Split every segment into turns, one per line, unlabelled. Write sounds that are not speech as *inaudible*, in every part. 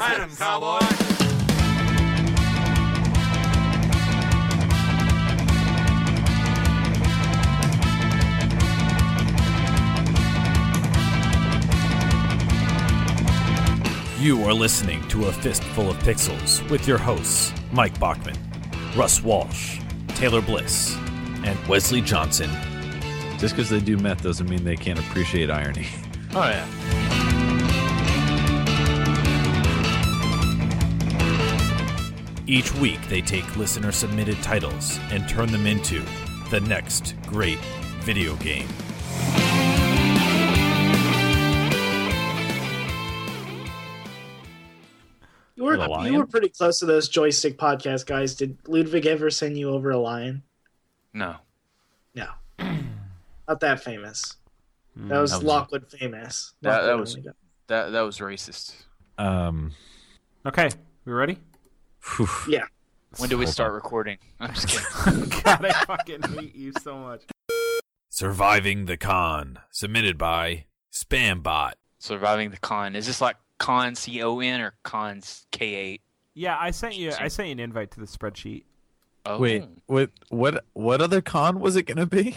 Fight 'em, cowboy.
You are listening to A Fistful of Pixels with your hosts, Mike Bachman, Russ Walsh, Taylor Bliss, and Wesley Johnson.
Just because they do meth doesn't mean they can't appreciate irony. *laughs*
Oh, yeah. Each week, they take listener submitted titles and turn them into the next great video game.
You were
The lion?
you were pretty close to those joystick podcast guys. Did Ludwig ever send you over a lion?
No.
No, not that famous. That was,
that was-
Lockwood famous.
That- that
Lockwood
was-
only got-
That that was racist.
Um,
Okay, we ready?
phew.
yeah.
When do we start
*laughs*
recording? I'm just kidding.
God, *laughs* I fucking hate you so much.
Surviving the Con, submitted by Spambot.
Surviving the con. Is this like con C O N or cons K eight?
Yeah, I sent you. I sent you an invite to the spreadsheet.
Oh.
Wait, what? What? What other con was it gonna be?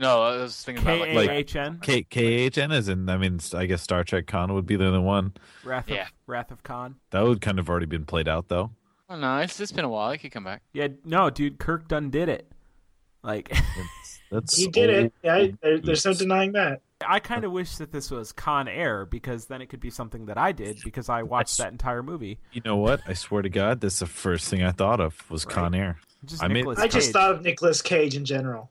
No, I was thinking about like,
K A H N.
K K H N is in. I mean, I guess Star Trek Con would be the only one
Wrath of
Yeah.
Wrath of Khan.
that would kind of already been played out though.
I don't know. Oh, It's it's been a while. I could come back.
Yeah, no, dude, Kirk Dunn did it. Like, *laughs*
That's
He did it. Yeah, I- there, there's no
Oops.
denying that.
I kind of wish that this was Con Air because then it could be something that I did because I watched that entire movie.
You know what? I swear to God, that's the first thing I thought of was Con Air.
Just
I mean-
Nicolas
I just
Cage.
thought of Nicolas Cage in general.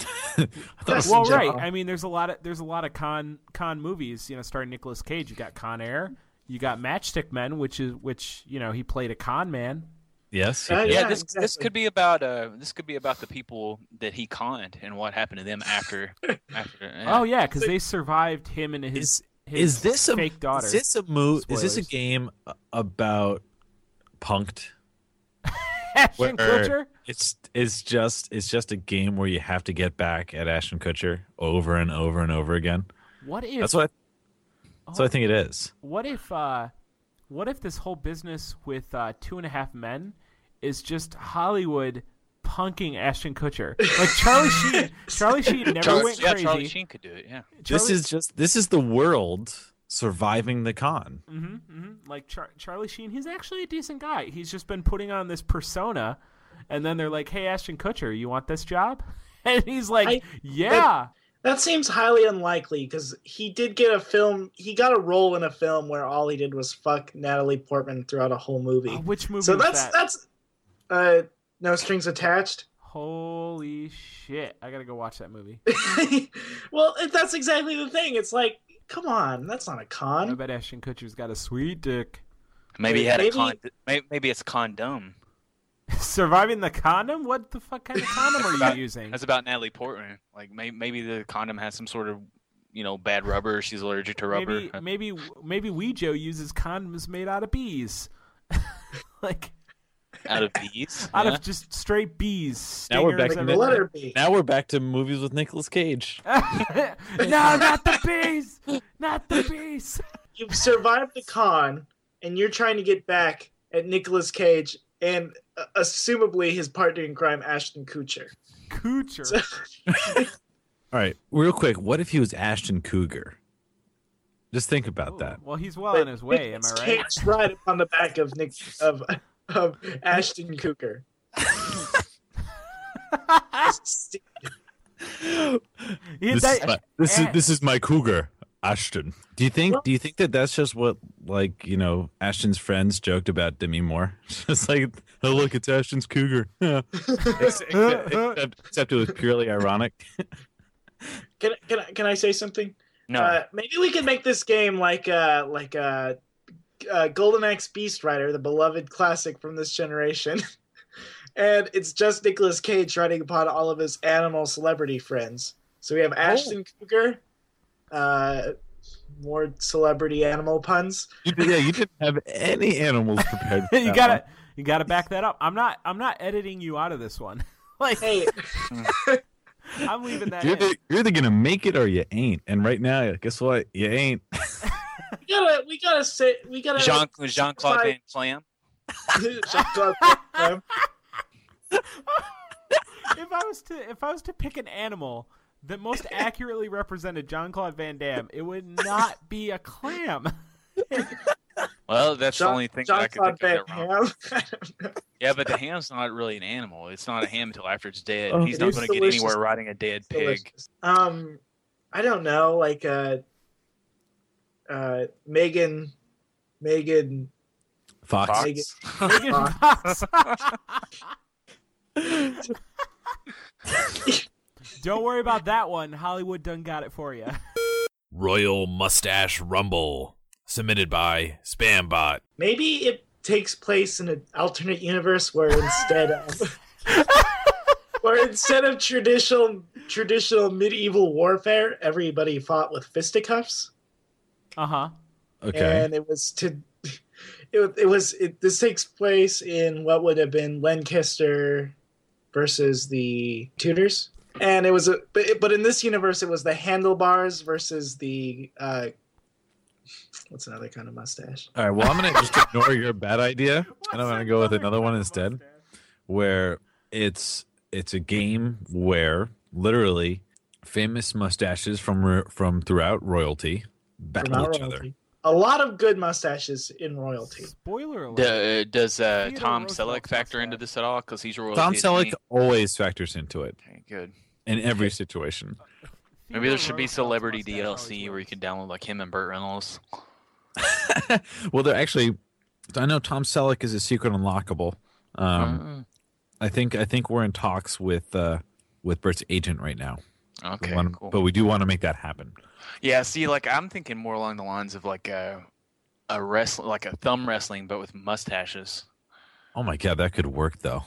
I thought it was
Well,
in
right.
general.
I mean, there's a lot of there's a lot of con con movies. You know, starring Nicolas Cage. You got Con Air. You got Matchstick Men, which is which. You know, he played a con man.
yes.
Yeah,
Yeah,
yeah,
this this
exactly.
could be about uh this could be about the people that he conned and what happened to them
*laughs*
after after. yeah.
Oh yeah, because they survived him and his. his
Is this a
fake daughter?
Is this a move? Is this a
Spoilers.
game about punked?
*laughs*
where-
Ashton Kutcher?
It's it's just it's just a game where you have to get back at Ashton Kutcher over and over and over again.
What if?
That's what. I, that's what I think it is.
What if? Uh, what if this whole business with uh, Two and a Half Men is just Hollywood punking Ashton Kutcher? Like Charlie Sheen.
*laughs*
Charlie Sheen never
Charlie,
went
yeah,
crazy.
Charlie Sheen could do it. Yeah.
This is just this is the world surviving the con.
hmm Like Char- Charlie Sheen, he's actually a decent guy. He's just been putting on this persona, and then they're like, "Hey, Ashton Kutcher, you want this job?" *laughs* And he's like,
I-
"Yeah."
That seems highly unlikely because he did get a film. He got a role in a film where all he did was fuck Natalie Portman throughout a whole movie.
Oh, which movie
so
was
that's
that?
that's uh, no strings attached.
Holy shit! I gotta go watch that movie.
*laughs* well, it- that's exactly the thing. It's like, come on, that's not a
I
con.
bet Ashton Kutcher's got a sweet dick. *laughs*
Maybe he had a
Maybe-
con. may- Maybe it's condom.
Surviving the condom? What the fuck kind of condom are
That-
you using?
That's about Natalie Portman. Like may- maybe the condom has some sort of you know bad rubber. She's allergic to rubber.
Maybe maybe maybe Weejo uses condoms made out of bees, *laughs* like
*laughs* out of bees.
*laughs* out
yeah.
of just straight bees.
Now we're
stingers
back in
The
the-
everywhere.
letter B.
Now we're back to movies with Nicolas Cage.
*laughs* no, not the bees! Not the bees!
You've survived the con, and you're trying to get back at Nicolas Cage and uh, assumably his partner in crime, Ashton Kutcher.
Coocher.
All right, real quick. What if he was Ashton Cougar? Just think about that.
Well, he's well on his way, am I right?
Cage right up on the back of Nick of of Ashton
*laughs*
Kutcher.
*laughs* He-
*laughs* this,
that-
is my, this is
eh.
this is my cougar ashton do you think do you think that that's just what like you know ashton's friends joked about demi moore *laughs* just like oh look it's ashton's cougar *laughs* except, except- except it was purely ironic
Can can I, can I say something?
no.
Uh, maybe we can make this game like uh like uh, uh Golden Axe Beast Rider, the beloved classic from this generation. *laughs* and it's just Nicolas Cage riding upon all of his animal celebrity friends. So we have Ashton Cougar, uh more celebrity animal puns.
you, did- yeah you didn't have any animals prepared for
you
that
gotta you gotta back that up. I'm not I'm not editing you out of this one. *laughs* Like
Hey,
I'm
one.
leaving that
you're
in.
either, you're either gonna make it or you ain't and right now guess what you ain't
gotta, we gotta say, we gotta.
Jean Jean Claude Van Clam.
*laughs*
*laughs*
Jean-Claude Van Damme.
if I was to if I was to pick an animal that most accurately represented John Claude Van Damme, it would not be a clam. *laughs*
Well, that's the only thing that I could
Jean-Claude
think of that
Van
wrong.
Damme. I don't know.
Yeah, but the ham's not really an animal. It's not a ham until after it's dead.
Oh.
He's
It
not
is
going to get
delicious.
anywhere riding a dead pig.
Delicious. Um, I don't know, like uh, uh, Megan, Megan,
Fox.
Megan.
Megan Fox. *laughs* Don't worry about that one. Hollywood done got it for you.
Royal Mustache Rumble, submitted by Spambot.
Maybe it takes place in an alternate universe where instead of *laughs* where instead of traditional traditional medieval warfare, everybody fought with fisticuffs,
Uh huh.
Okay.
and it was to it, wa- it was it, this takes place in what would have been Lancaster versus the Tudors, and it was a but, it- but in this universe it was the handlebars versus the uh, what's another kind of mustache.
All right. Well, I'm gonna just ignore your bad idea, and I'm gonna go with another one instead, where it's it's a game where literally famous mustaches from ro- from throughout royalty
from
battle
our
each other.
royalty. A lot of good mustaches
*laughs*
in royalty.
Spoiler
*laughs*
alert.
D- uh, does uh,
Theodore
Tom
Roosevelt
Selleck factor
was
into
that.
this at all? Because he's royal.
Tom Selleck always factors into it
Okay, good.
in every situation.
Maybe there should be
Roosevelt's
celebrity
mustache always
DLC where you
wins.
can download like him and Burt Reynolds.
well, they're actually. I know Tom Selleck is a secret unlockable.
Mm-hmm.
Um, I think I think we're in talks with uh, with Bert's agent right now.
Uh,
We
okay,
wanna-
cool.
But we do want to make that happen.
Yeah, see, like I'm thinking more along the lines of like a a wrestling, like a thumb wrestling, but with mustaches.
Oh my god, that could work though.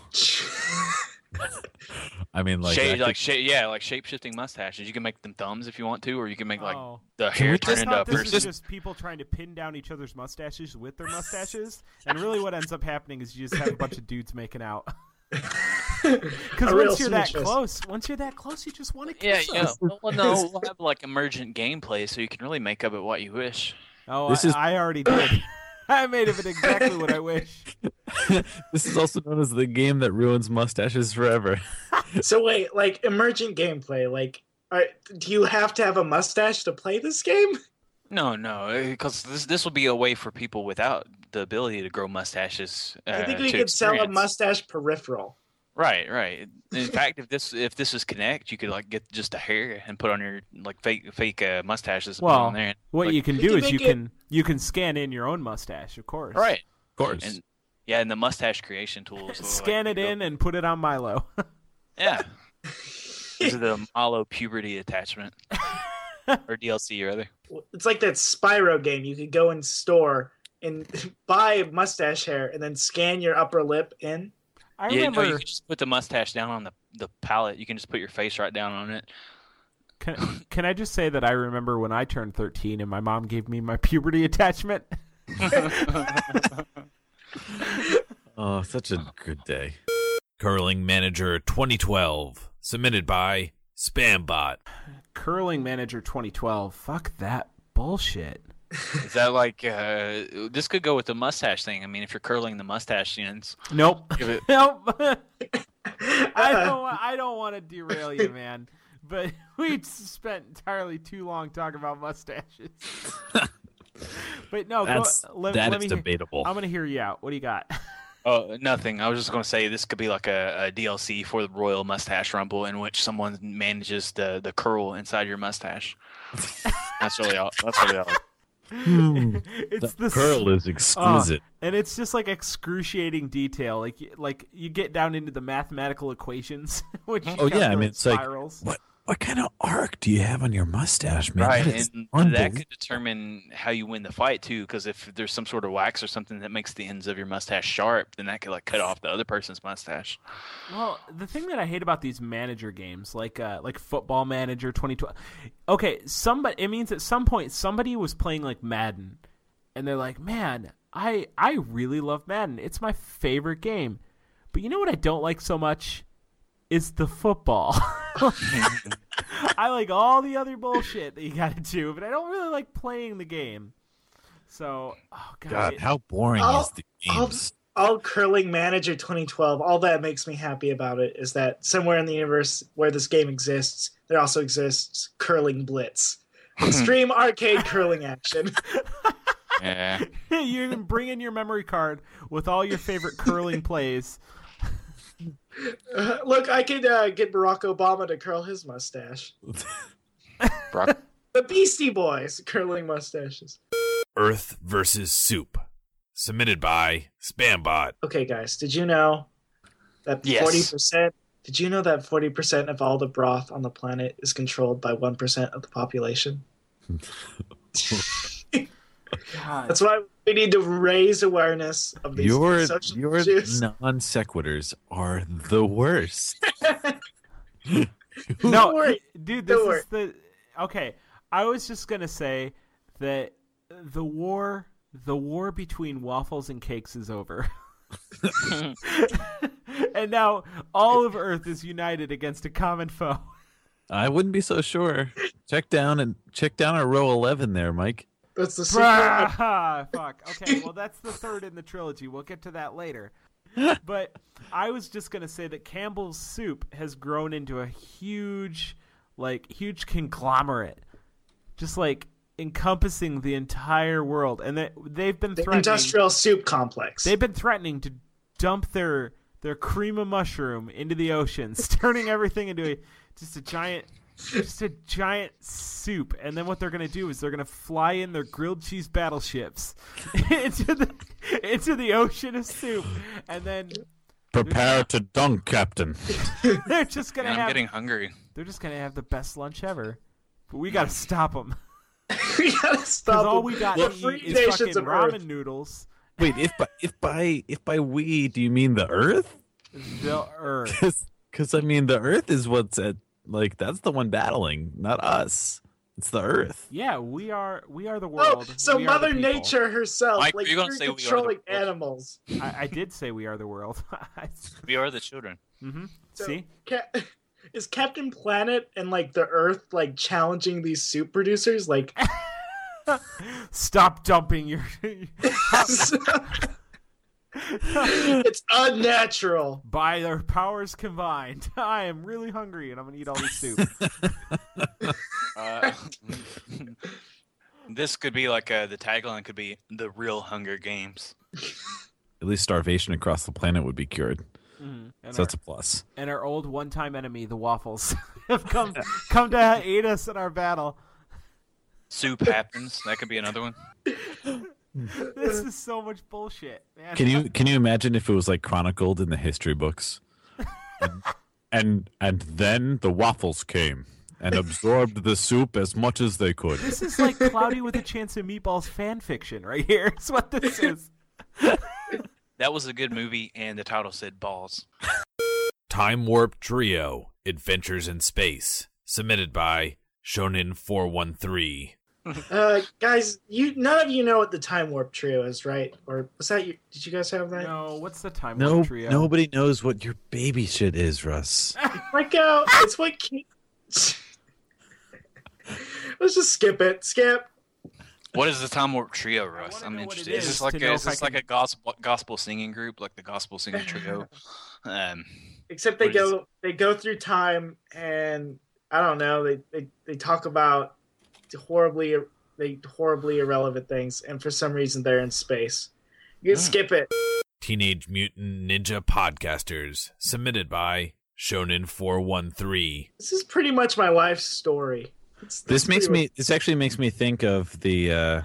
I mean,
Like
like,
shape,
that could-
like shape, yeah, like shape shifting mustaches. You can make them thumbs if you want to, or you can make like
Oh.
the
Can
hair
we
turn
I
just-
into a
thought this
person.
was just people trying to pin down each other's mustaches with their mustaches, and really what ends up happening is you just have a bunch of dudes making out. Because
A real
once you're that
smash fest.
close, once you're that close, you just want to
Yeah,
kiss
yeah.
them.
Well,
*laughs*
no, we'll have like emergent gameplay, so you can really make of it what you wish.
Oh,
This
I,
is-
I already did. *laughs* I made of it exactly what I wish.
*laughs* this is also known as the game that ruins mustaches forever.
so wait, like emergent gameplay, like are, do you have to have a mustache to play this game?
No, no, because this this will be a way for people without the ability to grow mustaches. Uh,
I think we
to
could sell a
experience.
mustache peripheral.
Right, right. In fact, if this if this is Connect, you could like get just a hair and put on your like fake fake uh, mustaches. and put
Well,
on there.
*laughs* What
Like-
you can
We
do
can
is you
make it-
can you can scan in your own mustache, of course.
right,
Of course.
and yeah, and the mustache creation tools. will, like,
Scan it
go-
in and put it on Milo. *laughs*
*laughs* Yeah. This is the Malo puberty
*laughs*
attachment or DLC rather.
It's like that Spyro game. You could go in store and *laughs* buy mustache hair and then scan your upper lip in.
I
yeah,
remember.
no, you can just put the mustache down on the the palette. You can just put your face right down on it.
Can, can I just say that I remember when I turned 13 and my mom gave me my puberty attachment? *laughs*
oh, such a good day.
Uh-huh. Curling Manager 2012, submitted by Spambot.
Curling Manager 2012. Fuck that bullshit.
Is that like uh, this could go with the mustache thing? I mean, if you're curling the mustache ends,
Nope.
give it
*laughs*
*laughs*
Nope. I
Uh,
don't. wa- I don't want to
*laughs*
derail you, man. But *laughs* we spent entirely too long talking
*laughs*
about mustaches. but no,
That's
Oh, go, let,
that
let
is
me hear-
debatable. *laughs*
I'm gonna hear you out. What do you got? *laughs*
Oh, nothing. I was just going to say this could be like a, a DLC for the Royal Mustache Rumble in which someone manages the, the curl inside your mustache. that's really all. That's really all.
*laughs* it's
Hmm. the
the uh,
curl is exquisite.
and it's just like excruciating detail. Like y- like you get down into the mathematical equations. *laughs* Which
Oh, yeah, I mean, it's like-
spirals.
what what kind of arc do you have on your mustache, man?
Right,
That is
and that
unbelievable.
could determine how you win the fight too. Because if there's some sort of wax or something that makes the ends of your mustache sharp, then that could like cut off the other person's mustache.
Well, the thing that I hate about these manager games, like uh, like Football Manager 2012, okay, somebody it means at some point somebody was playing like Madden, and they're like, man, I I really love Madden. It's my favorite game, but you know what I don't like so much is the football. *laughs* I like all the other bullshit that you got to do, but I don't really like playing the game. So, oh god,
God,
it- *laughs*
how boring
I'll-
is the
I'll-
games?
all curling manager 2012 all that makes me happy about it is that somewhere in the universe where this game exists there also exists
*laughs*
curling blitz extreme arcade curling action *laughs*
Yeah.
you can bring in your memory card with all your favorite curling plays.
Uh, look i could uh, get barack obama to curl his mustache
Brock-
the beastie boys curling mustaches
Earth versus Soup. Submitted by Spambot.
okay guys did you know that
Yes.
40% did you know that 40% of all the broth on the planet is controlled by 1% of the population
God.
That's why we need to raise awareness of these
Your
social
your
issues.
non sequiturs are the worst.
No,
Don't worry.
dude, this
Don't
is the okay. I was just gonna say that the war, the war between waffles and cakes is over. *laughs* and now all of Earth is united against a common foe.
*laughs* I wouldn't be so sure. Check down and check down at row eleven there, Mike.
That's the secret. *laughs*
Bruh, *laughs* fuck. Okay, well that's the third in the trilogy. We'll get to that later. But I was just gonna say that Campbell's soup has grown into a huge, like huge conglomerate, just like encompassing the entire world, and they they've been
The
threatening.
industrial soup complex. *laughs*
They've been threatening to dump their their cream of mushroom into the oceans, *laughs* turning everything into a, just a giant just a giant soup. And then what they're gonna do is they're gonna fly in their grilled cheese battleships *laughs* into the into the ocean of soup, and then *laughs*
Prepare to dunk, Captain.
they're just gonna
Man, I'm
have
getting hungry.
they're just gonna have the best lunch ever. But we gotta stop *laughs* them
we gotta stop.
because all
them.
we got
the
to
free
eat is
nations
fucking
of Earth.
ramen noodles.
Wait, if by if by if by we do you mean the Earth? *laughs*
The earth.
Because I mean the Earth is what's at like that's the one battling, not us. It's the Earth.
Yeah, we are we are the
Oh,
world.
so
We are
Mother
the people.
Nature herself,
Mike,
like
were you gonna
you're
say we are the
controlling
world?
animals.
I, I did say we are the world. *laughs* mm-hmm.
We are the children.
So-
See,
Ca- *laughs* is Captain Planet and like the Earth like challenging these soup producers? Like, *laughs*
stop dumping your. *laughs*
it's unnatural.
By their powers combined, *laughs* I am really hungry and I'm gonna eat all this *laughs* soup.
Uh, *laughs* this could be like uh, the tagline could be the real Hunger Games.
At least starvation across the planet would be cured.
Mhm. and,
So
our,
that's a plus.
and our old one-time enemy, the waffles, *laughs* have come come to aid us in our battle.
Soup happens. That could be another one.
This is so much bullshit, man.
Can you can you imagine if it was like chronicled in the history books? and and then the waffles came and absorbed the soup as much as they could.
This is like Cloudy with a Chance of Meatballs fan fiction right here. *laughs* It's what this is.
That was a good movie, and the title said balls.
Time Warp Trio Adventures in Space. Submitted by Shonen413.
Uh, guys, you none of you know what the time warp trio is, right? Or was that you? Did you guys have that?
No, what's the time
No,
warp trio?
nobody knows what your baby shit is, Russ.
Like, uh, it's what. Ki- *laughs* Let's just skip it. Skip.
What is the Time Warp Trio, Russ?
wanna
I'm
know what
interested.
it
Is
is
this like
to know
a, is
if I
this like a gospel gospel singing group, like the gospel singing
*laughs*
trio? Um,
Except they
What is-
go they go through time and I don't know, they, they they talk about horribly they horribly irrelevant things and for some reason they're in space. You can
Yeah.
skip it.
*laughs* Teenage Mutant Ninja Podcasters. Submitted by Shonen413.
This is pretty much my life's story. It's-
This
it's
makes
pretty
me this actually makes me think of the uh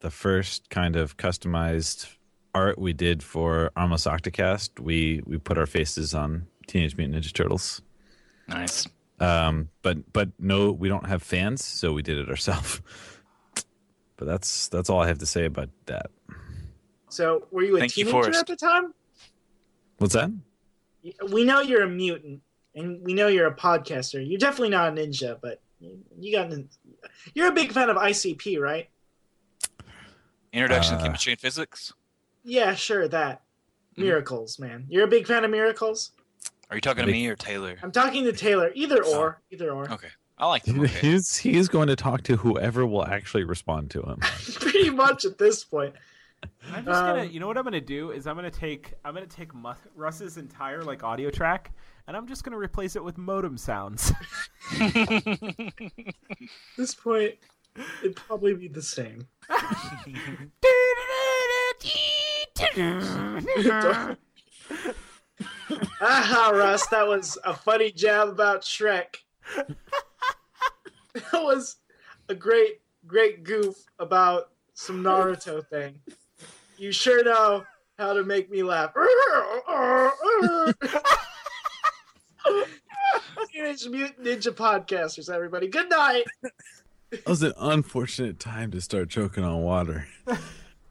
the first kind of customized art we did for Armless Octocast. We we put our faces on Teenage Mutant Ninja Turtles.
nice.
um but but no we don't have fans so we did it ourselves *laughs* but that's that's all i have to say about that
much- So, were you a
Thank you,
teenager
Forrest.
at the time?
what's that
We know you're a mutant and we know you're a podcaster. You're definitely not a ninja, but you- you got nin- You're a big fan of ICP, right?
Introduction
Uh,
to chemistry and physics.
Yeah, sure, that.
Mhm.
Miracles, man. You're a big fan of miracles?
Are you talking to
big-
me or Taylor?
I'm talking to Taylor. Either or. Either or.
Okay. I like
*laughs*
them. Okay.
He's he's going to talk to whoever will actually respond to him.
*laughs* Pretty much at this point.
I'm just gonna.
Um,
You know what I'm gonna do is I'm gonna take I'm gonna take Mu- Russ's entire like audio track, and I'm just gonna replace it with modem sounds.
At this point, it'd probably be the same. *laughs* Aha, Russ, that was a funny jab about Shrek. *laughs* that was a great, great goof about some Naruto thing. You sure know how to make me laugh. Teenage Mutant Ninja Podcasters, everybody. Good night.
*laughs* That was an unfortunate time to start choking on water.
*laughs*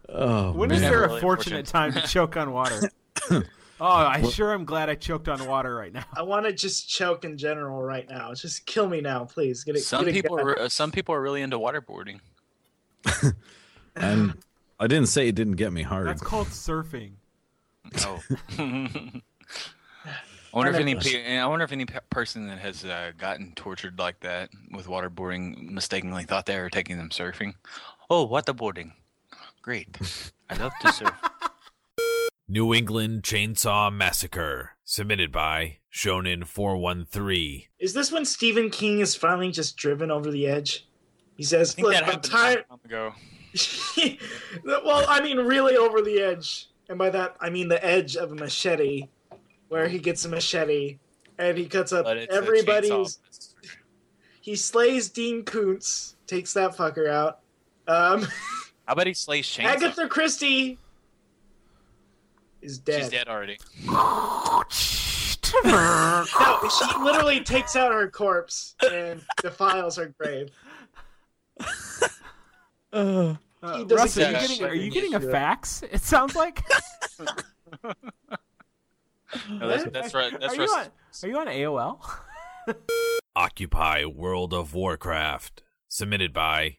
Oh,
When
man.
is there a
Really
fortunate
fortunate.
time to choke on water? oh, I sure am glad I choked on water right now.
I want to just choke in general right now. Just kill me now, please. Get it.
Some
get it
people
going.
are uh, some people are really into waterboarding.
*sighs*
I'm, I didn't say it didn't get me hard.
That's called surfing.
*laughs* Oh. I wonder if any pe- and I wonder if any pe- person that has uh, gotten tortured like that with waterboarding mistakenly thought they were taking them surfing. Oh, waterboarding. Great. I love to surf.
New England Chainsaw Massacre, submitted by Shonen 413.
Is this when Stephen King is finally just driven over the edge? He
I
says,
think
"Look,
that
I'm
happened a long
tired."
time ago.
*laughs* well, I mean, really over the edge, and by that I mean the edge of a machete, where he gets a machete and he cuts up
But it's a
everybody's.
chainsaw.
He slays Dean Koontz, takes that fucker out. Um,
How about he slays chainsaw?
Agatha Christie is dead.
She's dead already.
Uh,
*laughs* No, she literally takes out her corpse and defiles her grave. *laughs*
Uh,
He doesn't
Russ, are
get
you,
that
getting, are you
surfing
getting a
shit.
fax? It sounds like.
No, that's, that's right. That's
are, you
Russ-
on, are you on AOL?
Occupy World of Warcraft, submitted by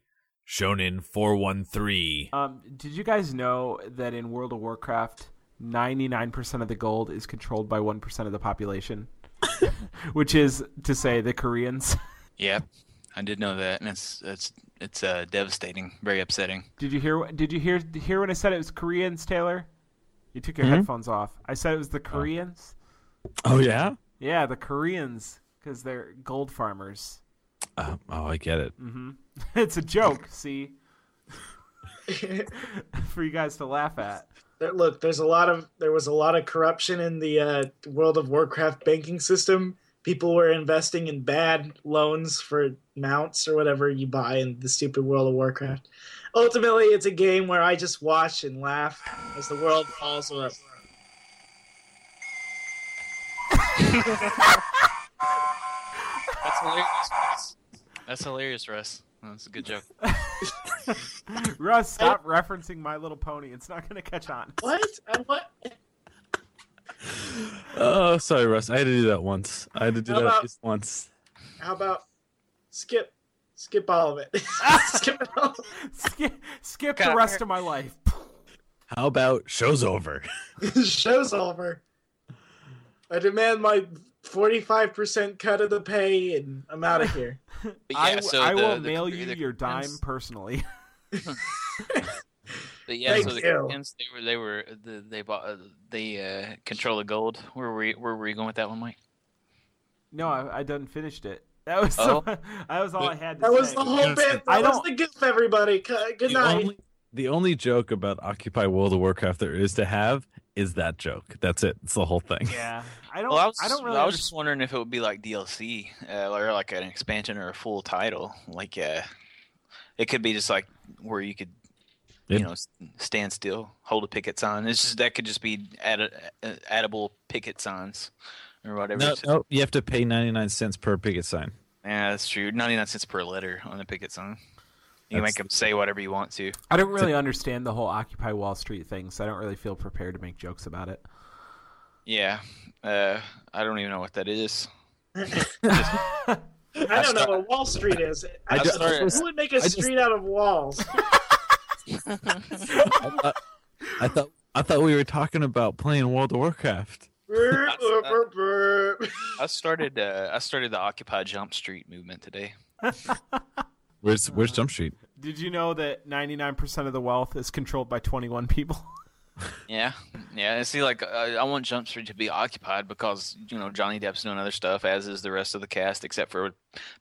Shonen 413.
Um, did you guys know that in World of Warcraft, 99% of the gold is controlled by 1% of the population? *laughs* Which is to say, the Koreans. *laughs*
Yeah, I did know that, and it's it's it's uh, devastating, very upsetting.
Did you hear? Did you hear? Hear when I said it was Koreans, Taylor? You took your headphones off. I said it was the Koreans.
oh yeah.
Yeah, the Koreans, because they're gold farmers. *laughs*
Uh, oh, I get it.
Mm.
It's a joke. See, *laughs* for you guys to laugh at.
There, look, there's a lot of there was a lot of corruption in the uh, World of Warcraft banking system. People were investing in bad loans for mounts or whatever you buy in the stupid World of Warcraft. Ultimately, it's a game where I just watch and laugh as the world falls up.
That's hilarious. Russ. That's hilarious, Russ. That's a good joke.
Russ, stop referencing My Little Pony. It's not gonna catch on. *laughs*
What? I, what?
Oh, sorry, Russ. I had to do that once. I had to do
How
that
about-
just once.
How about skip, skip all of it. *laughs* skip it all.
Skip, skip the rest of my life.
How about show's over?
*laughs* show's over. I demand my 45% cut of the pay and I'm out
*laughs*
of here.
But
I,
yeah,
w-
so
I
the-
will
the
mail
Kore-
you
the
your dime
Koreans-
personally. *laughs*
But yeah,
Thank
so the
you.
Koreans, they were they were the, they bought uh, they uh, control the gold. Where were you, where were you going with that one, Mike?
no, I, I done finished it. That was
Oh.
*laughs* that was all I had. To
That was
say.
the whole bit. That
I
was
don't-
the gift, everybody. C- Good
The
night.
only, the only joke about Occupy World of Warcraft there is to have is that joke. That's it. It's the whole thing.
*laughs* Yeah, I don't.
Well, I was,
I don't really.
I was
understand-
just wondering if it would be like DLC uh, or like an expansion or a full title. Like, uh, it could be just like where you could,
It-
you know, s- stand still, hold a picket sign. It's just that could just be add, uh, addable picket signs or whatever.
No,
It's-
no, you have to pay 99 cents per picket sign.
Yeah, that's true. Ninety nine cents per letter on a picket sign. You can
That's-
make them say whatever you want to.
I don't really understand the whole Occupy Wall Street thing, so I don't really feel prepared to make jokes about it.
Yeah, uh, I don't even know what that is.
I don't know what Wall Street is.
I
I
I'm
just-
sorry.
who would make a
just-
street out
*laughs*
of walls?
I thought, I thought we were talking about playing World of Warcraft.
Burp, burp, burp, burp.
I started. Uh, I started the Occupy Jump Street movement today.
Where's Where's Jump Street?
Did you know that 99% of the wealth is controlled by 21 people? *laughs*
Yeah, yeah. And see, like, I, I want Jump Street to be occupied because you know Johnny Depp's doing other stuff, as is the rest of the cast, except for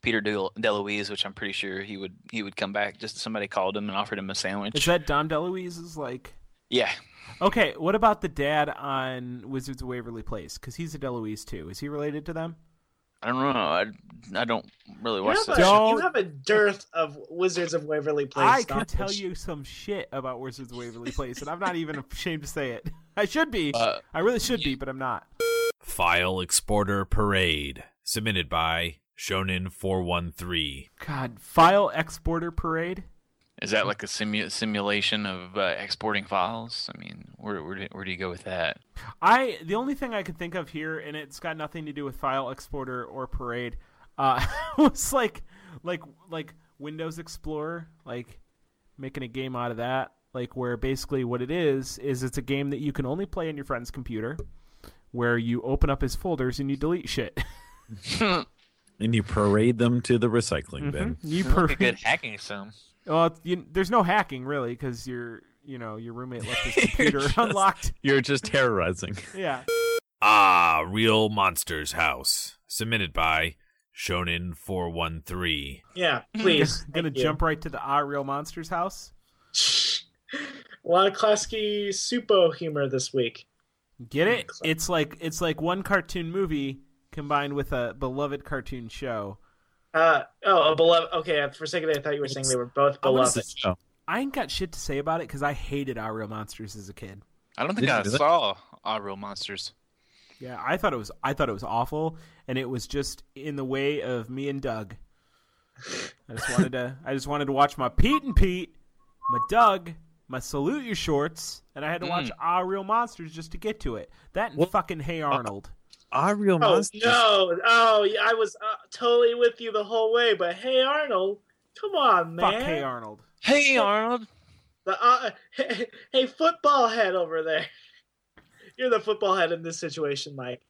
Peter Del- DeLuise, which I'm pretty sure he would he would come back. Just somebody called him and offered him a
Is
sandwich.
that Dom DeLuise's like?
yeah,
Okay, what about the dad on Wizards of Waverly Place? Because he's a DeLuise too. Is he related to them?
I don't know. I I don't really
You
watch
have,
that.
a,
show.
you
Don't-
have a dearth of Wizards of Waverly Place.
I could
knowledge.
tell you some shit about Wizards of Waverly Place, and I'm not even ashamed to say it. *laughs* I should be.
Uh,
I really should be, but I'm not.
File Exporter Parade, submitted by Shonen 413.
God, file exporter parade.
Is that like a simu- simulation of uh, exporting files? I mean, where, where do- where do you go with that?
I the only thing I could think of here, and it's got nothing to do with file exporter or parade, uh, *laughs* was like like like Windows Explorer, like making a game out of that, like where basically what it is is it's a game that you can only play on your friend's computer, where you open up his folders and you delete shit.
And you parade them to the
Mm-hmm.
recycling bin.
*laughs* you
Like a
per-
good hacking sim.
well, you, there's no hacking really because your you know your roommate left his
*laughs*
computer
just-
unlocked.
You're just terrorizing.
Yeah.
Ah, Real Monsters House, submitted by Shonen 413.
*laughs*
Yeah, *laughs* please.
Gonna
Thank you.
jump right to the Ah Real Monsters house.
A lot of classic Supo humor this week.
Get it?
Excellent.
It's like it's like one cartoon movie combined with a beloved cartoon show.
Uh, oh, a beloved. Okay, for a second I thought you were saying they were both
I wanna
beloved.
I ain't got shit to say about it because I hated Our Real Monsters as a kid.
I don't think
Did you
I
do that?
saw All Real Monsters.
Yeah, I thought it was I thought it was awful, and it was just in the way of me and Doug. I just wanted to I just wanted to watch my Pete and Pete, my Doug, my Salute Your Shorts, and I had to watch Our Real Monsters just to get to it. That and
Well,
fucking Hey Arnold.
Our Ah, real
Oh
monsters.
no! Oh, yeah, I was uh, totally with you the whole way. But hey, Arnold, come on, man!
Fuck Hey Arnold.
Hey Arnold.
The, uh, *laughs* hey, football head over there. *laughs* You're the football head in this situation, Mike.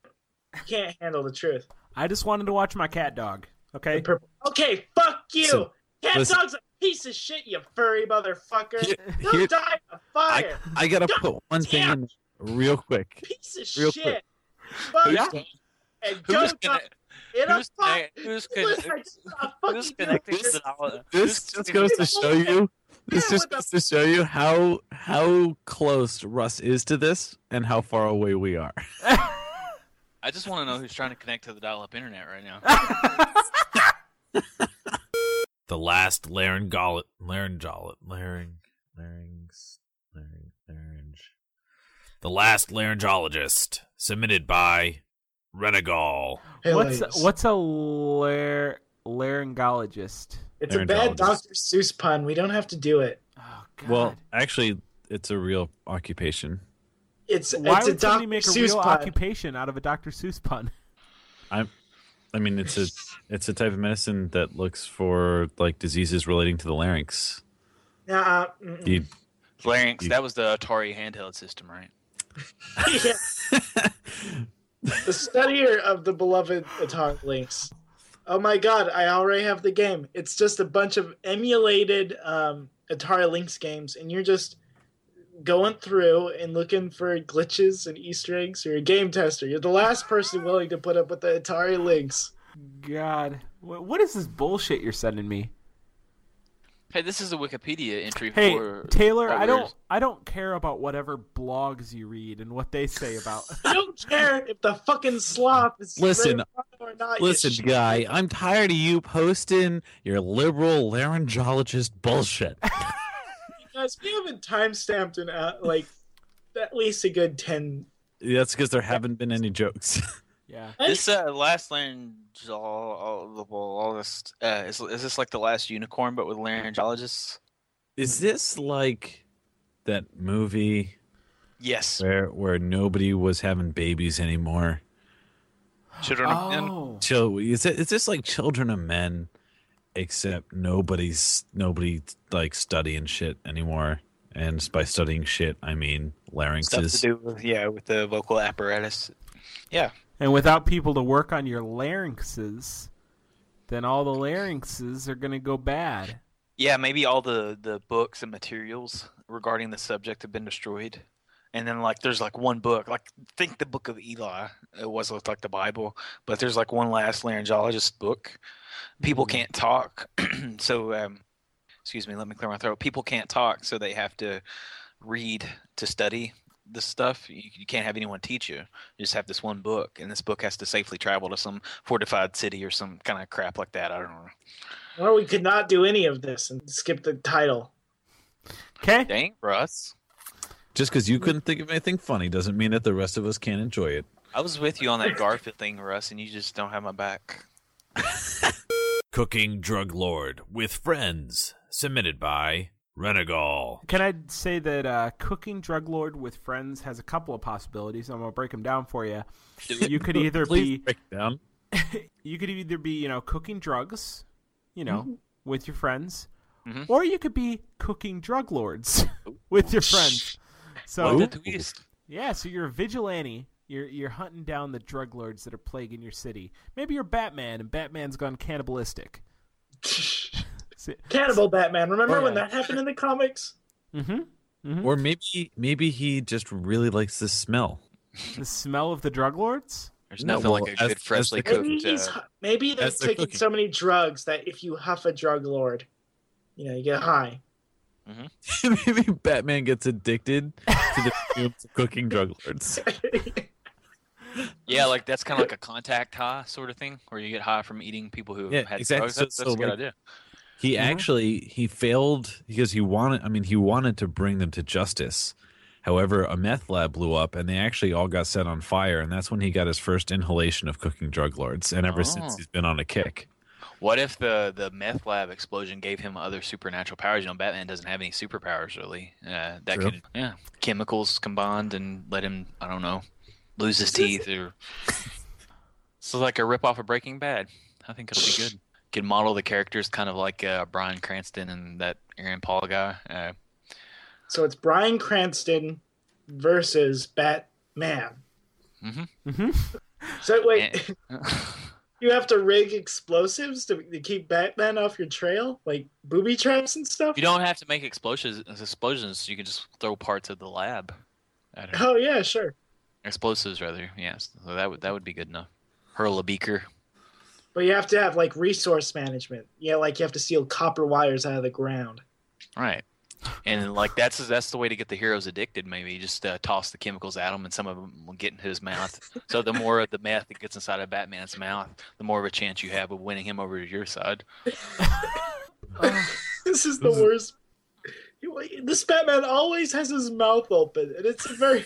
You can't handle the truth.
I just wanted to watch my cat dog. Okay.
Purple. Okay, fuck you.
Listen,
Cat
listen.
dog's a piece of shit, you furry motherfucker.
Here-
He'll
here-
die in a
I,
fire.
I gotta put one thing in real quick.
piece of
real
shit.
quick.
Fuck
Who's-
you. And
Who's
go
gonna,
in a
who's
fuck.
connect- who's
Look, I
connect-
just saw a
who's
*laughs* fucking
connected
dude.
to all?
This just goes to show you. This just goes to show you how how close Russ is to this and how far away we are. *laughs*
I just want to know who's trying to connect to the dial-up internet right now.
The Last Laryngol- Laryngolet. Laryng. Larynx. Laryng. Larynge. The Last Laryngologist, submitted by Renegol.
What's what's a lar- laryngologist?
It's a bad
Laryngologist.
Dr. Seuss pun. We don't have to do it.
Oh God!
Well, actually, it's a real occupation.
It's
why
it's
would
a
somebody
Dr.
make a
Seuss
real
pun.
occupation out of a Dr. Seuss pun?
I mean, it's *laughs* a it's a type of medicine that looks for like diseases relating to the larynx.
Nuh-uh.
*laughs*
Mm-mm.
You-
Larynx. That was the Atari handheld system, right?
Yeah. the studier of the beloved Atari Lynx. Oh my god, I already have the game. It's just a bunch of emulated um, Atari Lynx games, and you're just going through and looking for glitches and Easter eggs. You're a game tester. You're the last person willing to put up with the Atari Lynx.
God, what, what is this bullshit you're sending me?
Hey, this is a Wikipedia entry
Hey,
for
Taylor,
what
I don't,
we're-
I don't care about whatever blogs you read and what they say about. *laughs*
I don't care if the fucking sloth is
Listen,
or not. you
Listen,
shit.
guy, I'm tired of you posting your liberal laryngologist bullshit.
guys, we haven't time stamped in uh, like at least a good ten.
That's because there haven't been any jokes. *laughs*
yeah,
This uh, last laryngologist uh, is is this like the last unicorn, but with laryngologists?
Is this like that movie
Yes.
where where nobody was having babies anymore?
Children of Men.
oh,
So is it is this like Children of Men, except nobody's nobody like studying shit anymore? And by studying shit, I mean
Stuff to
larynxes.
do with yeah with the vocal apparatus. Yeah.
And without people to work on your larynxes, then all the larynxes are going to go bad.
Yeah, maybe all the the books and materials regarding the subject have been destroyed. And then like there's like one book, like think the book of Eli. It was looked like the Bible, but there's like one last laryngologist book. People can't talk. *clears throat* so um excuse me, let me clear my throat. People can't talk, so they have to read to study this stuff. You, you can't have anyone teach you. You just have this one book, and this book has to safely travel to some fortified city or some kind of crap like that. I don't know.
Or we could not do any of this and skip the title. *laughs*
Okay?
Dang, Russ.
Just because you couldn't think of anything funny doesn't mean that the rest of us can't enjoy it.
I was with you on that Garfield thing, Russ, and you just don't have my back.
Cooking Drug Lord with Friends, submitted by Renegal.
Can I say that uh, cooking drug lord with friends has a couple of possibilities? I'm gonna break them down for you.
*laughs*
You could either
Please
be
break down.
you could either be you know cooking drugs, you know, with your friends,
Mhm.
or you could be cooking drug lords *laughs* with your friends. So
What the twist?
yeah, so you're a vigilante. You're you're hunting down the drug lords that are plaguing your city. Maybe you're Batman, and Batman's gone cannibalistic.
Cannibal Batman. Remember
Oh,
when
yeah.
that happened in the comics?
Mm-hmm.
Or maybe maybe he just really likes the smell. *laughs*
The smell of the drug lords.
There's
No,
nothing
well,
like a
as-
good
as
freshly
the-
Maybe
cooked. Uh,
he's, maybe they've
that's the
taken
cooking.
so many drugs that if you huff a drug lord, you know, you get high. *laughs*
maybe Batman gets addicted to
*laughs*
the fumes of cooking drug lords.
yeah, like that's kind of like a contact high sort of thing, where you get high from eating people who have
Yeah,
had
exactly.
drugs.
So-
That's, that's
so,
a good
like-
idea.
He
Mhm.
actually he failed because he wanted I mean he wanted to bring them to justice. However, a meth lab blew up and they actually all got set on fire and that's when he got his first inhalation of cooking drug lords and ever since
Oh.
he's been on a kick.
What if the the meth lab explosion gave him other supernatural powers? You know, Batman doesn't have any superpowers really. Uh, that
True.
could, yeah, chemicals combined and let him, I don't know, lose his teeth or. *laughs* So like a rip off of Breaking Bad. I think it'll be good. Could model the characters kind of like uh, Brian Cranston and that Aaron Paul guy. Uh,
So it's Brian Cranston versus Batman.
Mhm.
Mhm.
So wait,
eh.
you have to rig explosives to, to keep Batman off your trail, like booby traps and
*laughs*
stuff.
you don't have to make explosions. Explosions. You can just throw parts of the lab. I
*laughs*
don't know.
Oh yeah, sure.
Explosives, rather. Yes. So that would that would be good enough. Hurl a beaker.
But you have to have like resource management. Yeah, like you have to steal copper wires out of the ground. *laughs*
Right. And like that's that's the way to get the heroes addicted. Maybe You just uh, toss the chemicals at him, and some of them will get into his mouth. so the more of the meth that gets inside of Batman's mouth, the more of a chance you have of winning him over to your side.
This is the worst. This Batman always has his mouth open, and it's a very.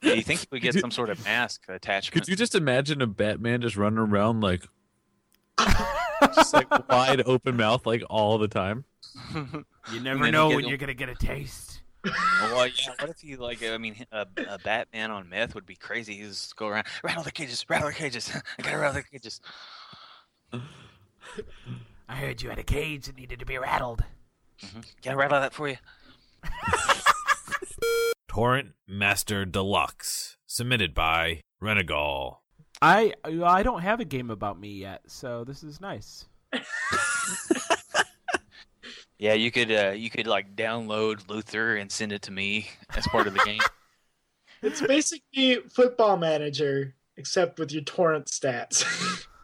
Do you think we get some sort of mask attachment?
Could you just imagine a Batman just running around like just like wide open mouth like all the time?
You
And
never
then
know
you get
when
a-
you're gonna get a taste.
Oh, well, yeah. What if you like? I mean, a, a Batman on meth would be crazy. He'd just go around, rattle the cages, rattle the cages. *laughs* I gotta rattle the cages.
I heard you had a cage that needed to be rattled.
Can I rattle that for you?
Torrent Master Deluxe, submitted by Renegal.
I I don't have a game about me yet, so this is nice.
Yeah, you could uh, you could like download Luther and send it to me as part of the game.
It's basically football manager, except with your torrent stats. *laughs*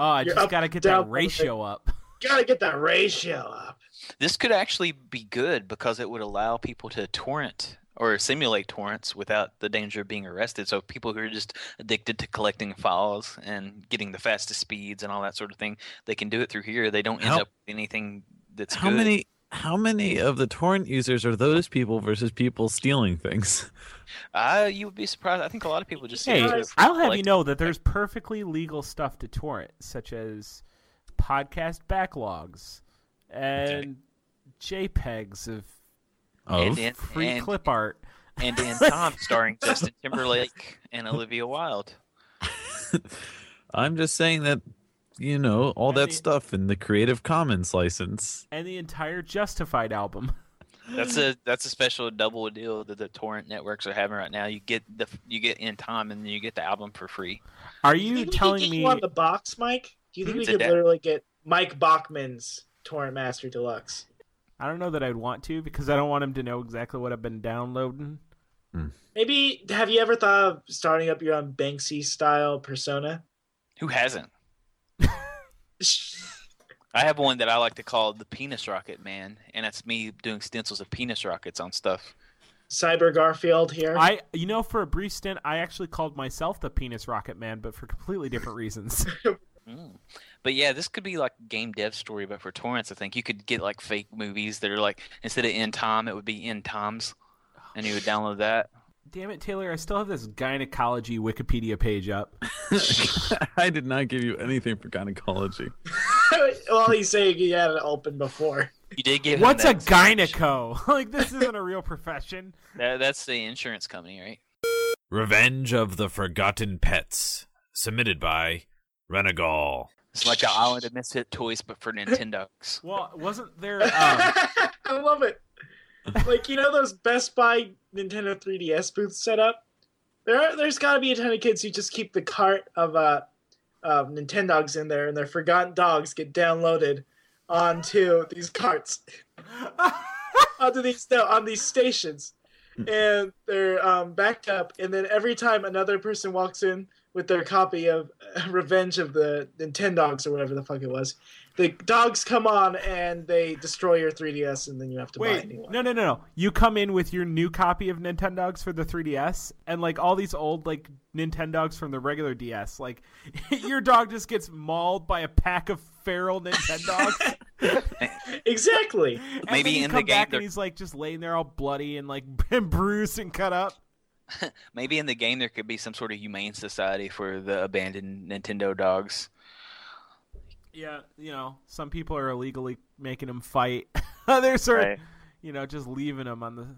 Oh, I
You're
just
up,
gotta get
down,
that ratio up.
Gotta get that ratio up.
This could actually be good because it would allow people to torrent or simulate torrents without the danger of being arrested. So people who are just addicted to collecting files and getting the fastest speeds and all that sort of thing, they can do it through here. They don't end
How-
up with anything that's
How
good.
many how many of the torrent users are those people versus people stealing things?
Uh, you would be surprised. I think a lot of people just
Hey,
seem to
guys,
I'll have you
collect-
know that there's perfectly legal stuff to torrent, such as podcast backlogs and JPEGs of
Of
and,
free
and,
clip art.
and Dan Tom starring Justin Timberlake and Olivia Wilde.
I'm just saying that you know all
I
that
mean- *laughs*
stuff in the Creative Commons license. *laughs*
*laughs*
And the entire Justified album.
That's a that's a special double deal that the torrent networks are having right now. You get the you get in time and you get the album for free.
Are
Do
you
think we could
telling
get
me?
you on the box, Mike? Do you think
Hmm?
we
It's a
could
da-
literally get Mike Bachman's Torrent Master Deluxe?
I don't know that I'd want to because I don't want him to know exactly what I've been downloading.
Maybe have you ever thought of starting up your own Banksy style persona? *laughs*
Who hasn't? I have one that I like to call the penis rocket man, and that's me doing stencils of penis rockets on stuff.
Cyber Garfield here.
I, you know, for a brief stint, I actually called myself the Penis Rocket Man, but for completely
*laughs*
different reasons.
Mm. But yeah, this could be like game dev story, but for torrents, I think you could get like fake movies that are like instead of in time, it would be in times, and you would download that.
Damn it, Taylor! I still have this gynecology Wikipedia page up.
I did not give you anything for gynecology.
*laughs* well, he's saying you had it open before.
You did give him
What's a
that solution.
gyneco? *laughs* like this isn't a real profession.
That, that's the insurance company, right?
Revenge of the Forgotten Pets, submitted by Renegal.
It's like the Island of Misfit Toys, but for Nintendo's.
Well,
*laughs*
wasn't there? Um,
*laughs* I love it. Like you know those Best Buy Nintendo 3DS booths set up. There, are, there's got to be a ton of kids who just keep the cart of uh, uh, Nintendogs in there, and their forgotten dogs get downloaded onto these carts, onto these no, on these stations,
Hmm.
and they're um, backed up. And then every time another person walks in with their copy of uh, Revenge of the Nintendogs or whatever the fuck it was, the dogs come on and they destroy your 3DS, and then you have to buy a
wait,
new one.
no, no, no, no. You come in with your new copy of Nintendogs for the 3DS, and like all these old like Nintendogs from the regular DS. Like *laughs* your dog just gets mauled by a pack of
*laughs*
feral Nintendogs.
Exactly.
And
Maybe
then you
in
come
the game
back
they're-
and he's like just laying there all bloody and like *laughs* bruised and cut up.
Maybe in the game there could be some sort of humane society for the abandoned Nintendo dogs.
Yeah, you know, some people are illegally making them fight. *laughs* Others are,
Right.
you know, just leaving them on the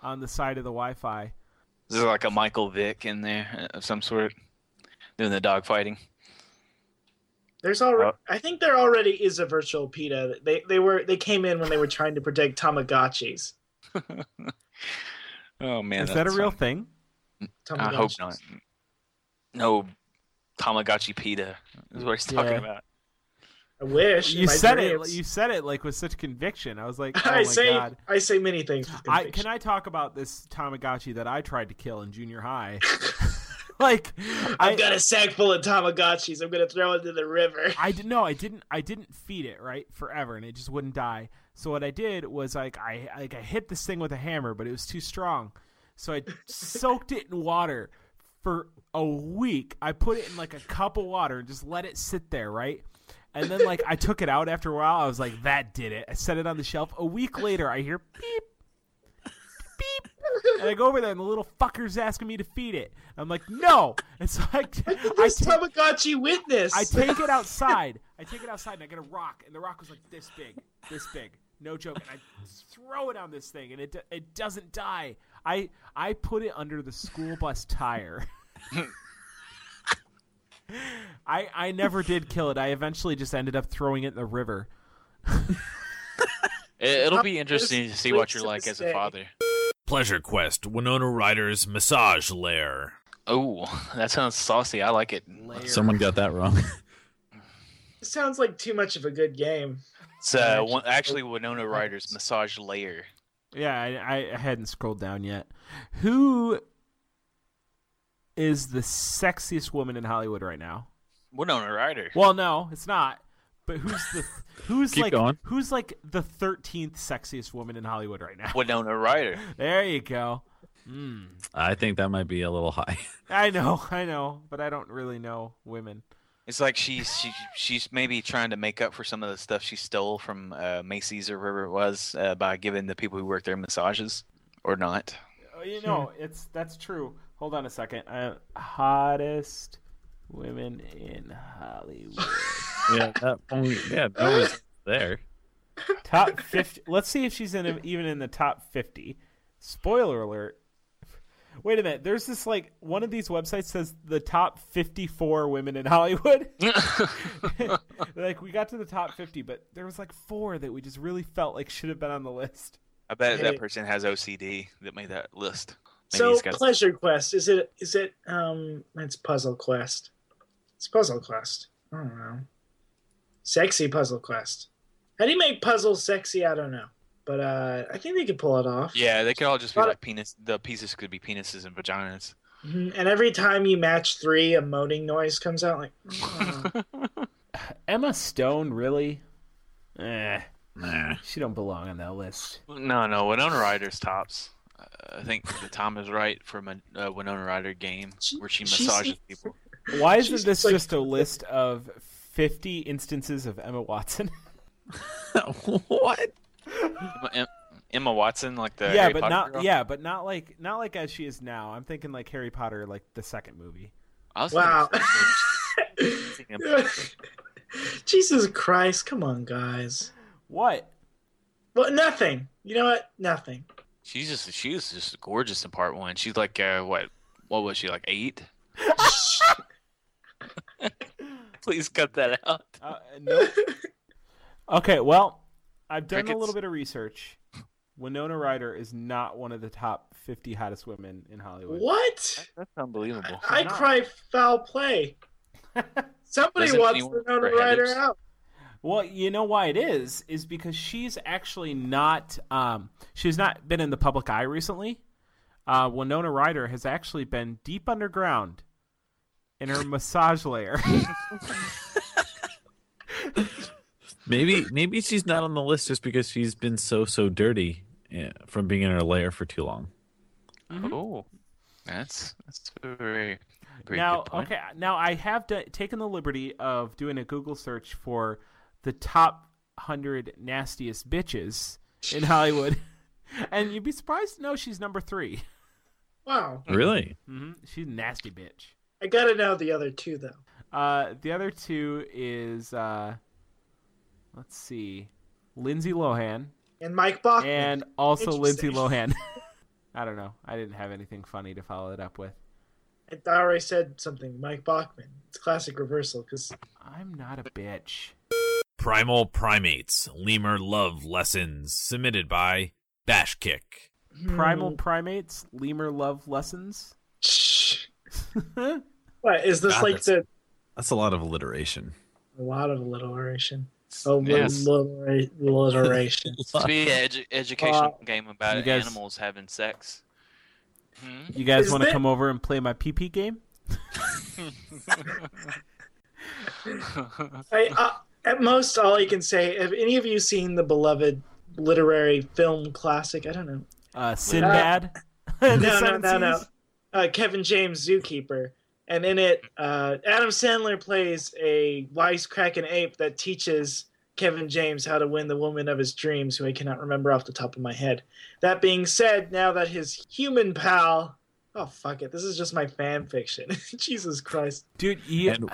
on the side of the Wi-Fi.
This is like a Michael Vick in there uh, of some sort, doing the dog fighting.
There's already. I think there already is a virtual PETA. They they were they came in when they were trying to protect Tamagotchis.
Oh man,
Is that a
that's
real
funny.
thing?
I hope
Tamagotchis.
not. No, Tamagotchi Peta is what he's talking
Yeah.
about.
I wish.
You said it. You said it like with such conviction. I was like, oh
*laughs*
my
I say
god.
I say many things. with
I,
conviction.
can I talk about this Tamagotchi that I tried to kill in
*laughs*
junior high? *laughs* like, I,
I've got a sack full of Tamagotchis. I'm gonna throw into the *laughs* river.
I didn't. No, I didn't. I didn't feed it right forever, and it just wouldn't die. So what I did was like I like I hit this thing with a hammer, but it was too strong. So I soaked it in water for a week. I put it in like a cup of water and just let it sit there, right? And then like I took it out after a while. I was like, that did it. I set it on the shelf. A week later, I hear beep. Beep. And I go over there, and the little fucker's asking me to feed it. I'm like, no. And so I,
*laughs*
I
This
take
Tamagotchi witness.
I take it outside. I take it outside and I get a rock, and the rock was like this big, this big, no joke. And I throw it on this thing, and it it doesn't die. I I put it under the school bus tire. *laughs* I I never did kill it. I eventually just ended up throwing it in the river.
It, will be
Tamagotchi
interesting to see
lives
what you're
to
like
this
as a
day.
father.
Pleasure Quest Winona Ryder's Massage Lair.
Oh, *laughs* that sounds saucy. I like it.
Someone got that wrong. *laughs*
This sounds like too much of a good game.
It's uh, one, actually Winona Ryder's massage layer.
Yeah, I, I hadn't scrolled down yet. Who is the sexiest woman in Hollywood right now?
Winona Ryder.
Well, no, it's not. But who's the
*laughs*
who's
Keep
like
going.
who's like the thirteenth sexiest woman in Hollywood right now? *laughs*
Winona Ryder.
There you go. Mm.
I think that might be a little high.
I know, I know, but I don't really know women.
It's like she's she, she's maybe trying to make up for some of the stuff she stole from uh, Macy's or wherever it was uh, by giving the people who work there massages or
*laughs*
not.
Oh, You know, it's that's true. Hold on a second. Uh, hottest women in *laughs* Hollywood.
*laughs* yeah, that only, yeah, no one's there.
top 50 let's see if she's in even in the top 50 spoiler alert wait a minute there's this like one of these websites says the top 54 women in hollywood *laughs* like we got to the top 50 but there was like four that we just really felt like should have been on the list
I bet
Hey.
that person has OCD that made that list. Maybe
so
he's got-
pleasure quest is it is it um it's puzzle quest it's puzzle quest i don't know sexy puzzle quest how do you make puzzles sexy i don't know but uh i think they could pull it off
Yeah, they could all just be
Got it.
like penis. The pieces could be penises and vaginas.
Mhm. and every time you match three a moaning noise comes out like *laughs* "Oh."
*laughs*
Emma Stone, really? Eh,
Nah. *laughs*
she don't belong on that list.
*laughs* No, no, Winona Ryder's tops. Uh, I think the time is right for a uh, Winona Ryder game
She-
where she
she's-
massages people.
Why isn't
She's
this
like-
just a list of 50 instances of Emma Watson?
what?
Emma, Em- Emma Watson, like *laughs* the
yeah,
Harry
but
Potter
not
girl?
yeah, but not like not like as she is now. I'm thinking like Harry Potter, like the second movie.
I was
Wow.
thinking-
jesus christ come on guys
What?
well nothing you know what nothing
she's just she was just gorgeous in part one. She's like uh, what? What was she like eight? *laughs* Please cut that out.
Uh,
*laughs*
nope. okay, well, I've done a
Crickets.
little bit of research. Winona Ryder is not one of the top 50 hottest women in Hollywood.
what
That's unbelievable.
I
not?
cry foul
*laughs*
play. Somebody
Doesn't
wants
anyone
to know
ever
to
have
write
this?
her out.
Well, you know why it is is because she's actually not um, she's not been in the public eye recently. Uh, Winona Ryder has actually been deep underground in her
*laughs*
massage layer.
Maybe maybe she's not on the list just because she's been so so dirty eh, from being in her lair for too long.
Mm-hmm.
Oh, that's that's very, very
now,
good point.
okay, now I have d- taken the liberty of doing a Google search for the top hundred nastiest bitches
*laughs*
in Hollywood, *laughs* and you'd be surprised to know she's number 3
Wow.
Really?
Mm-hmm. She's a nasty bitch.
I gotta know the other two though.
Uh, the other two is uh, let's see, Lindsay Lohan
And Mike Bachman.
and also Lindsay
Interesting.
Lohan. *laughs* I don't know. I didn't have anything funny to follow it up with.
I already said something. Mike Bachman. It's classic reversal because
I'm not a bitch.
Primal Primates Lemur Love Lessons submitted by Bash Kick.
Hmm.
Primal primates, lemur love lessons.
Hmm? what is this
God,
like
that's-
the
That's a lot of alliteration.
a lot of alliteration? Oh,
Yes.
allitera-
*laughs*
alliteration.
Should be an edu- educational game
you
about
guys-
animals having sex. Hmm?
You guys
Is
want to
that-
come over and play my PP game?
I, uh, at most, all I can say. Have any of you seen the beloved literary film classic? I don't know.
Uh, Sinbad. *laughs*
no,
The
no,
Seven
no, no.
Seas?
Uh, Kevin James, Zookeeper. And in it, uh, Adam Sandler plays a wisecracking ape that teaches Kevin James how to win the woman of his dreams, who I cannot remember off the top of my head. That being said, now that his human pal. Oh, fuck it. This is just my fan fiction. *laughs* Jesus Christ.
Dude, you,
And-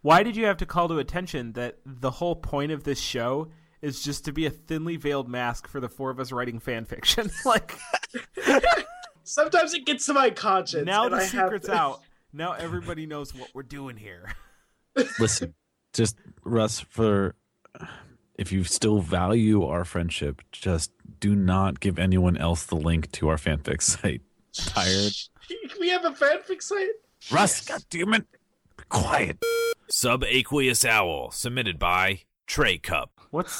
why did you have to call to attention that the whole point of this show is just to be a thinly veiled mask for the four of us writing fan fiction? *laughs* like
Sometimes it gets to my conscience.
now
and
the
I have
secret's
to-
out. Now everybody knows what we're doing here. *laughs*
Listen, just Russ for if you still value our friendship, just do not give anyone else the link to our fanfic site. Tired.
*laughs* we have a fanfic site?
Russ, God damn it. Be quiet.
Subaqueous Owl submitted by Trey Cup.
What's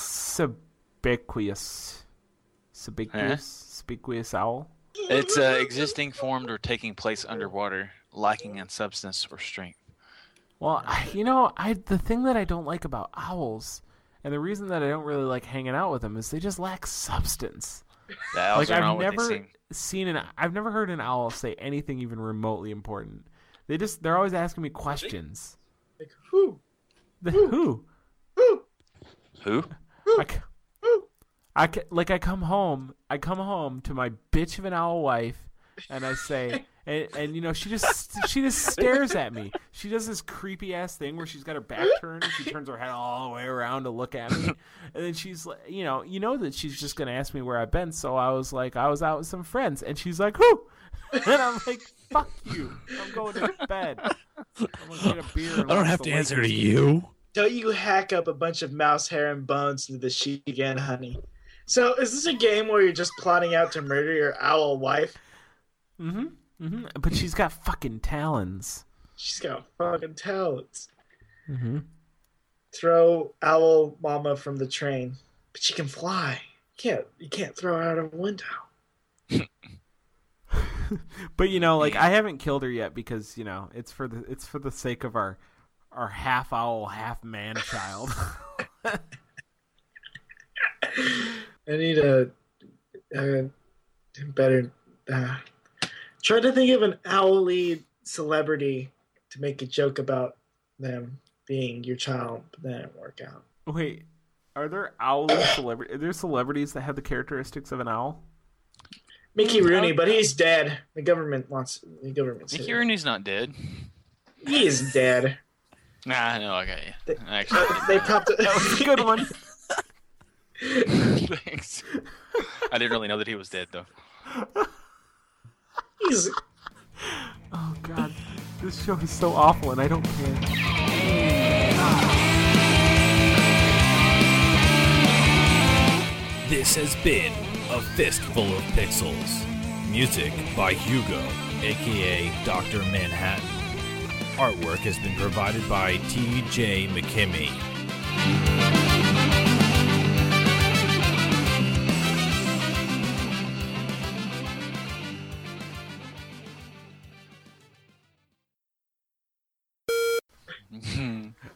subiquitous? Subiquitous? Subiquitous owl?
It's uh, existing, formed, or taking place underwater, lacking in substance or strength.
Well, I, you know, I the thing that I don't like about owls, and the reason that I don't really like hanging out with them is they just lack substance.
The owls
like
are not
I've
what they
never
seem.
seen an I've never heard an owl say anything even remotely important. They just they're always asking me questions.
Like, whew,
The *laughs* who?
whew.
Who?
I, c- I c- like I come home, I come home to my bitch of an owl wife, and I say, and, and you know she just she just stares at me. She does this creepy ass thing where she's got her back turned, and she turns her head all the way around to look at me, and then she's like, you know, you know that she's just gonna ask me where I've been. So I was like, I was out with some friends, and she's like, who? *laughs* And I'm like, fuck you, I'm going to bed. I'm gonna get a beer.
I don't have to answer to you.
Don't you hack up a bunch of mouse hair and bones into the sheet again, honey? So is this a game where you're just plotting out to murder your owl wife?
Mm-hmm. Mm-hmm. But she's got fucking talons.
She's got fucking talents.
Mm-hmm.
Throw owl mama from the train, but she can fly. You can't you can't throw her out of a window?
*laughs* But you know, like I haven't killed her yet because you know it's for the it's for the sake of our our half owl, half man child. *laughs*
I need a, a better. Uh, try to think of an owly celebrity to make a joke about them being your child, but that didn't work out.
Wait, are there owl *coughs* celebrities? Are there celebrities that have the characteristics of an owl?
Mickey Rooney, but he's dead. The government wants the government.
Mickey Rooney's not dead.
He is dead.
Nah, no, I got you. I actually
Uh, they popped.
That's a good one.
*laughs* did. Thanks. I didn't really know that he was dead though.
*laughs* he's
*laughs* Oh god, this show is so awful, and I don't care.
This has been A Fistful of Pixels. Music by Hugo, aka Dr. Manhattan. Artwork has been provided by TJ McKimmy.
*laughs*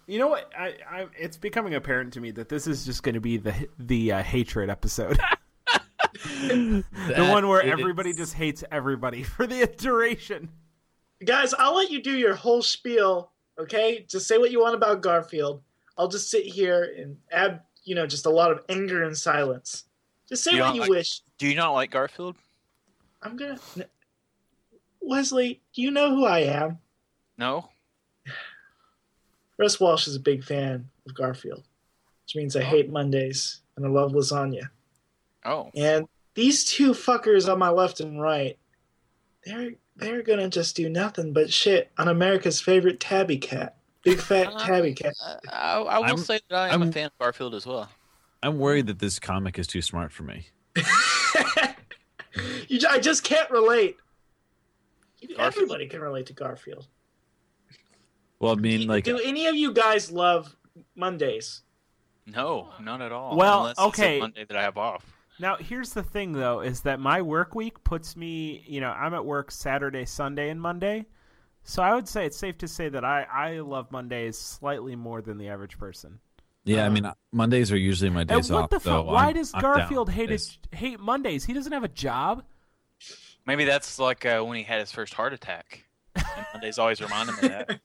You know what? I, I it's becoming apparent to me that this is just going to be the the uh, hatred episode, *laughs* the one where everybody just hates everybody *laughs* for the duration.
guys. I'll let you do your whole spiel. Okay, just say what you want about Garfield. I'll just sit here and add, you know, just a lot of anger and silence. Just say
You
what
don't
you
like-
wish.
Do you not like Garfield?
I'm gonna. Wesley, do you know who I am?
No.
Russ Walsh is a big fan of Garfield, which means I hate Mondays and I love lasagna.
Oh.
And these two fuckers on my left and right, they're they're gonna just do nothing but shit on America's favorite tabby cat, big fat tabby cat.
Uh, I, I will
I'm-
say that I am
I'm-
a fan of Garfield as well.
I'm worried that this comic is too smart for me.
*laughs* You, ju- I just can't relate. Everybody can relate to Garfield.
Well, I mean, like,
do any of you guys love Mondays?
No, not at all.
Well,
Unless it's a
okay.
Monday that I have off.
Now, here's the thing though is that my work week puts me, you know, I'm at work Saturday, Sunday, and Monday. So I would say it's safe to say that I I love Mondays slightly more than the average person.
yeah, I mean, Mondays are usually my
uh, And
days
what
off.
the
so
fuck? Why
I'm-
does
I'm down
Garfield
with
hate
this.
his, hate Mondays? He doesn't have a job.
Maybe that's like uh, when he had his first heart attack. And Mondays always remind him of that.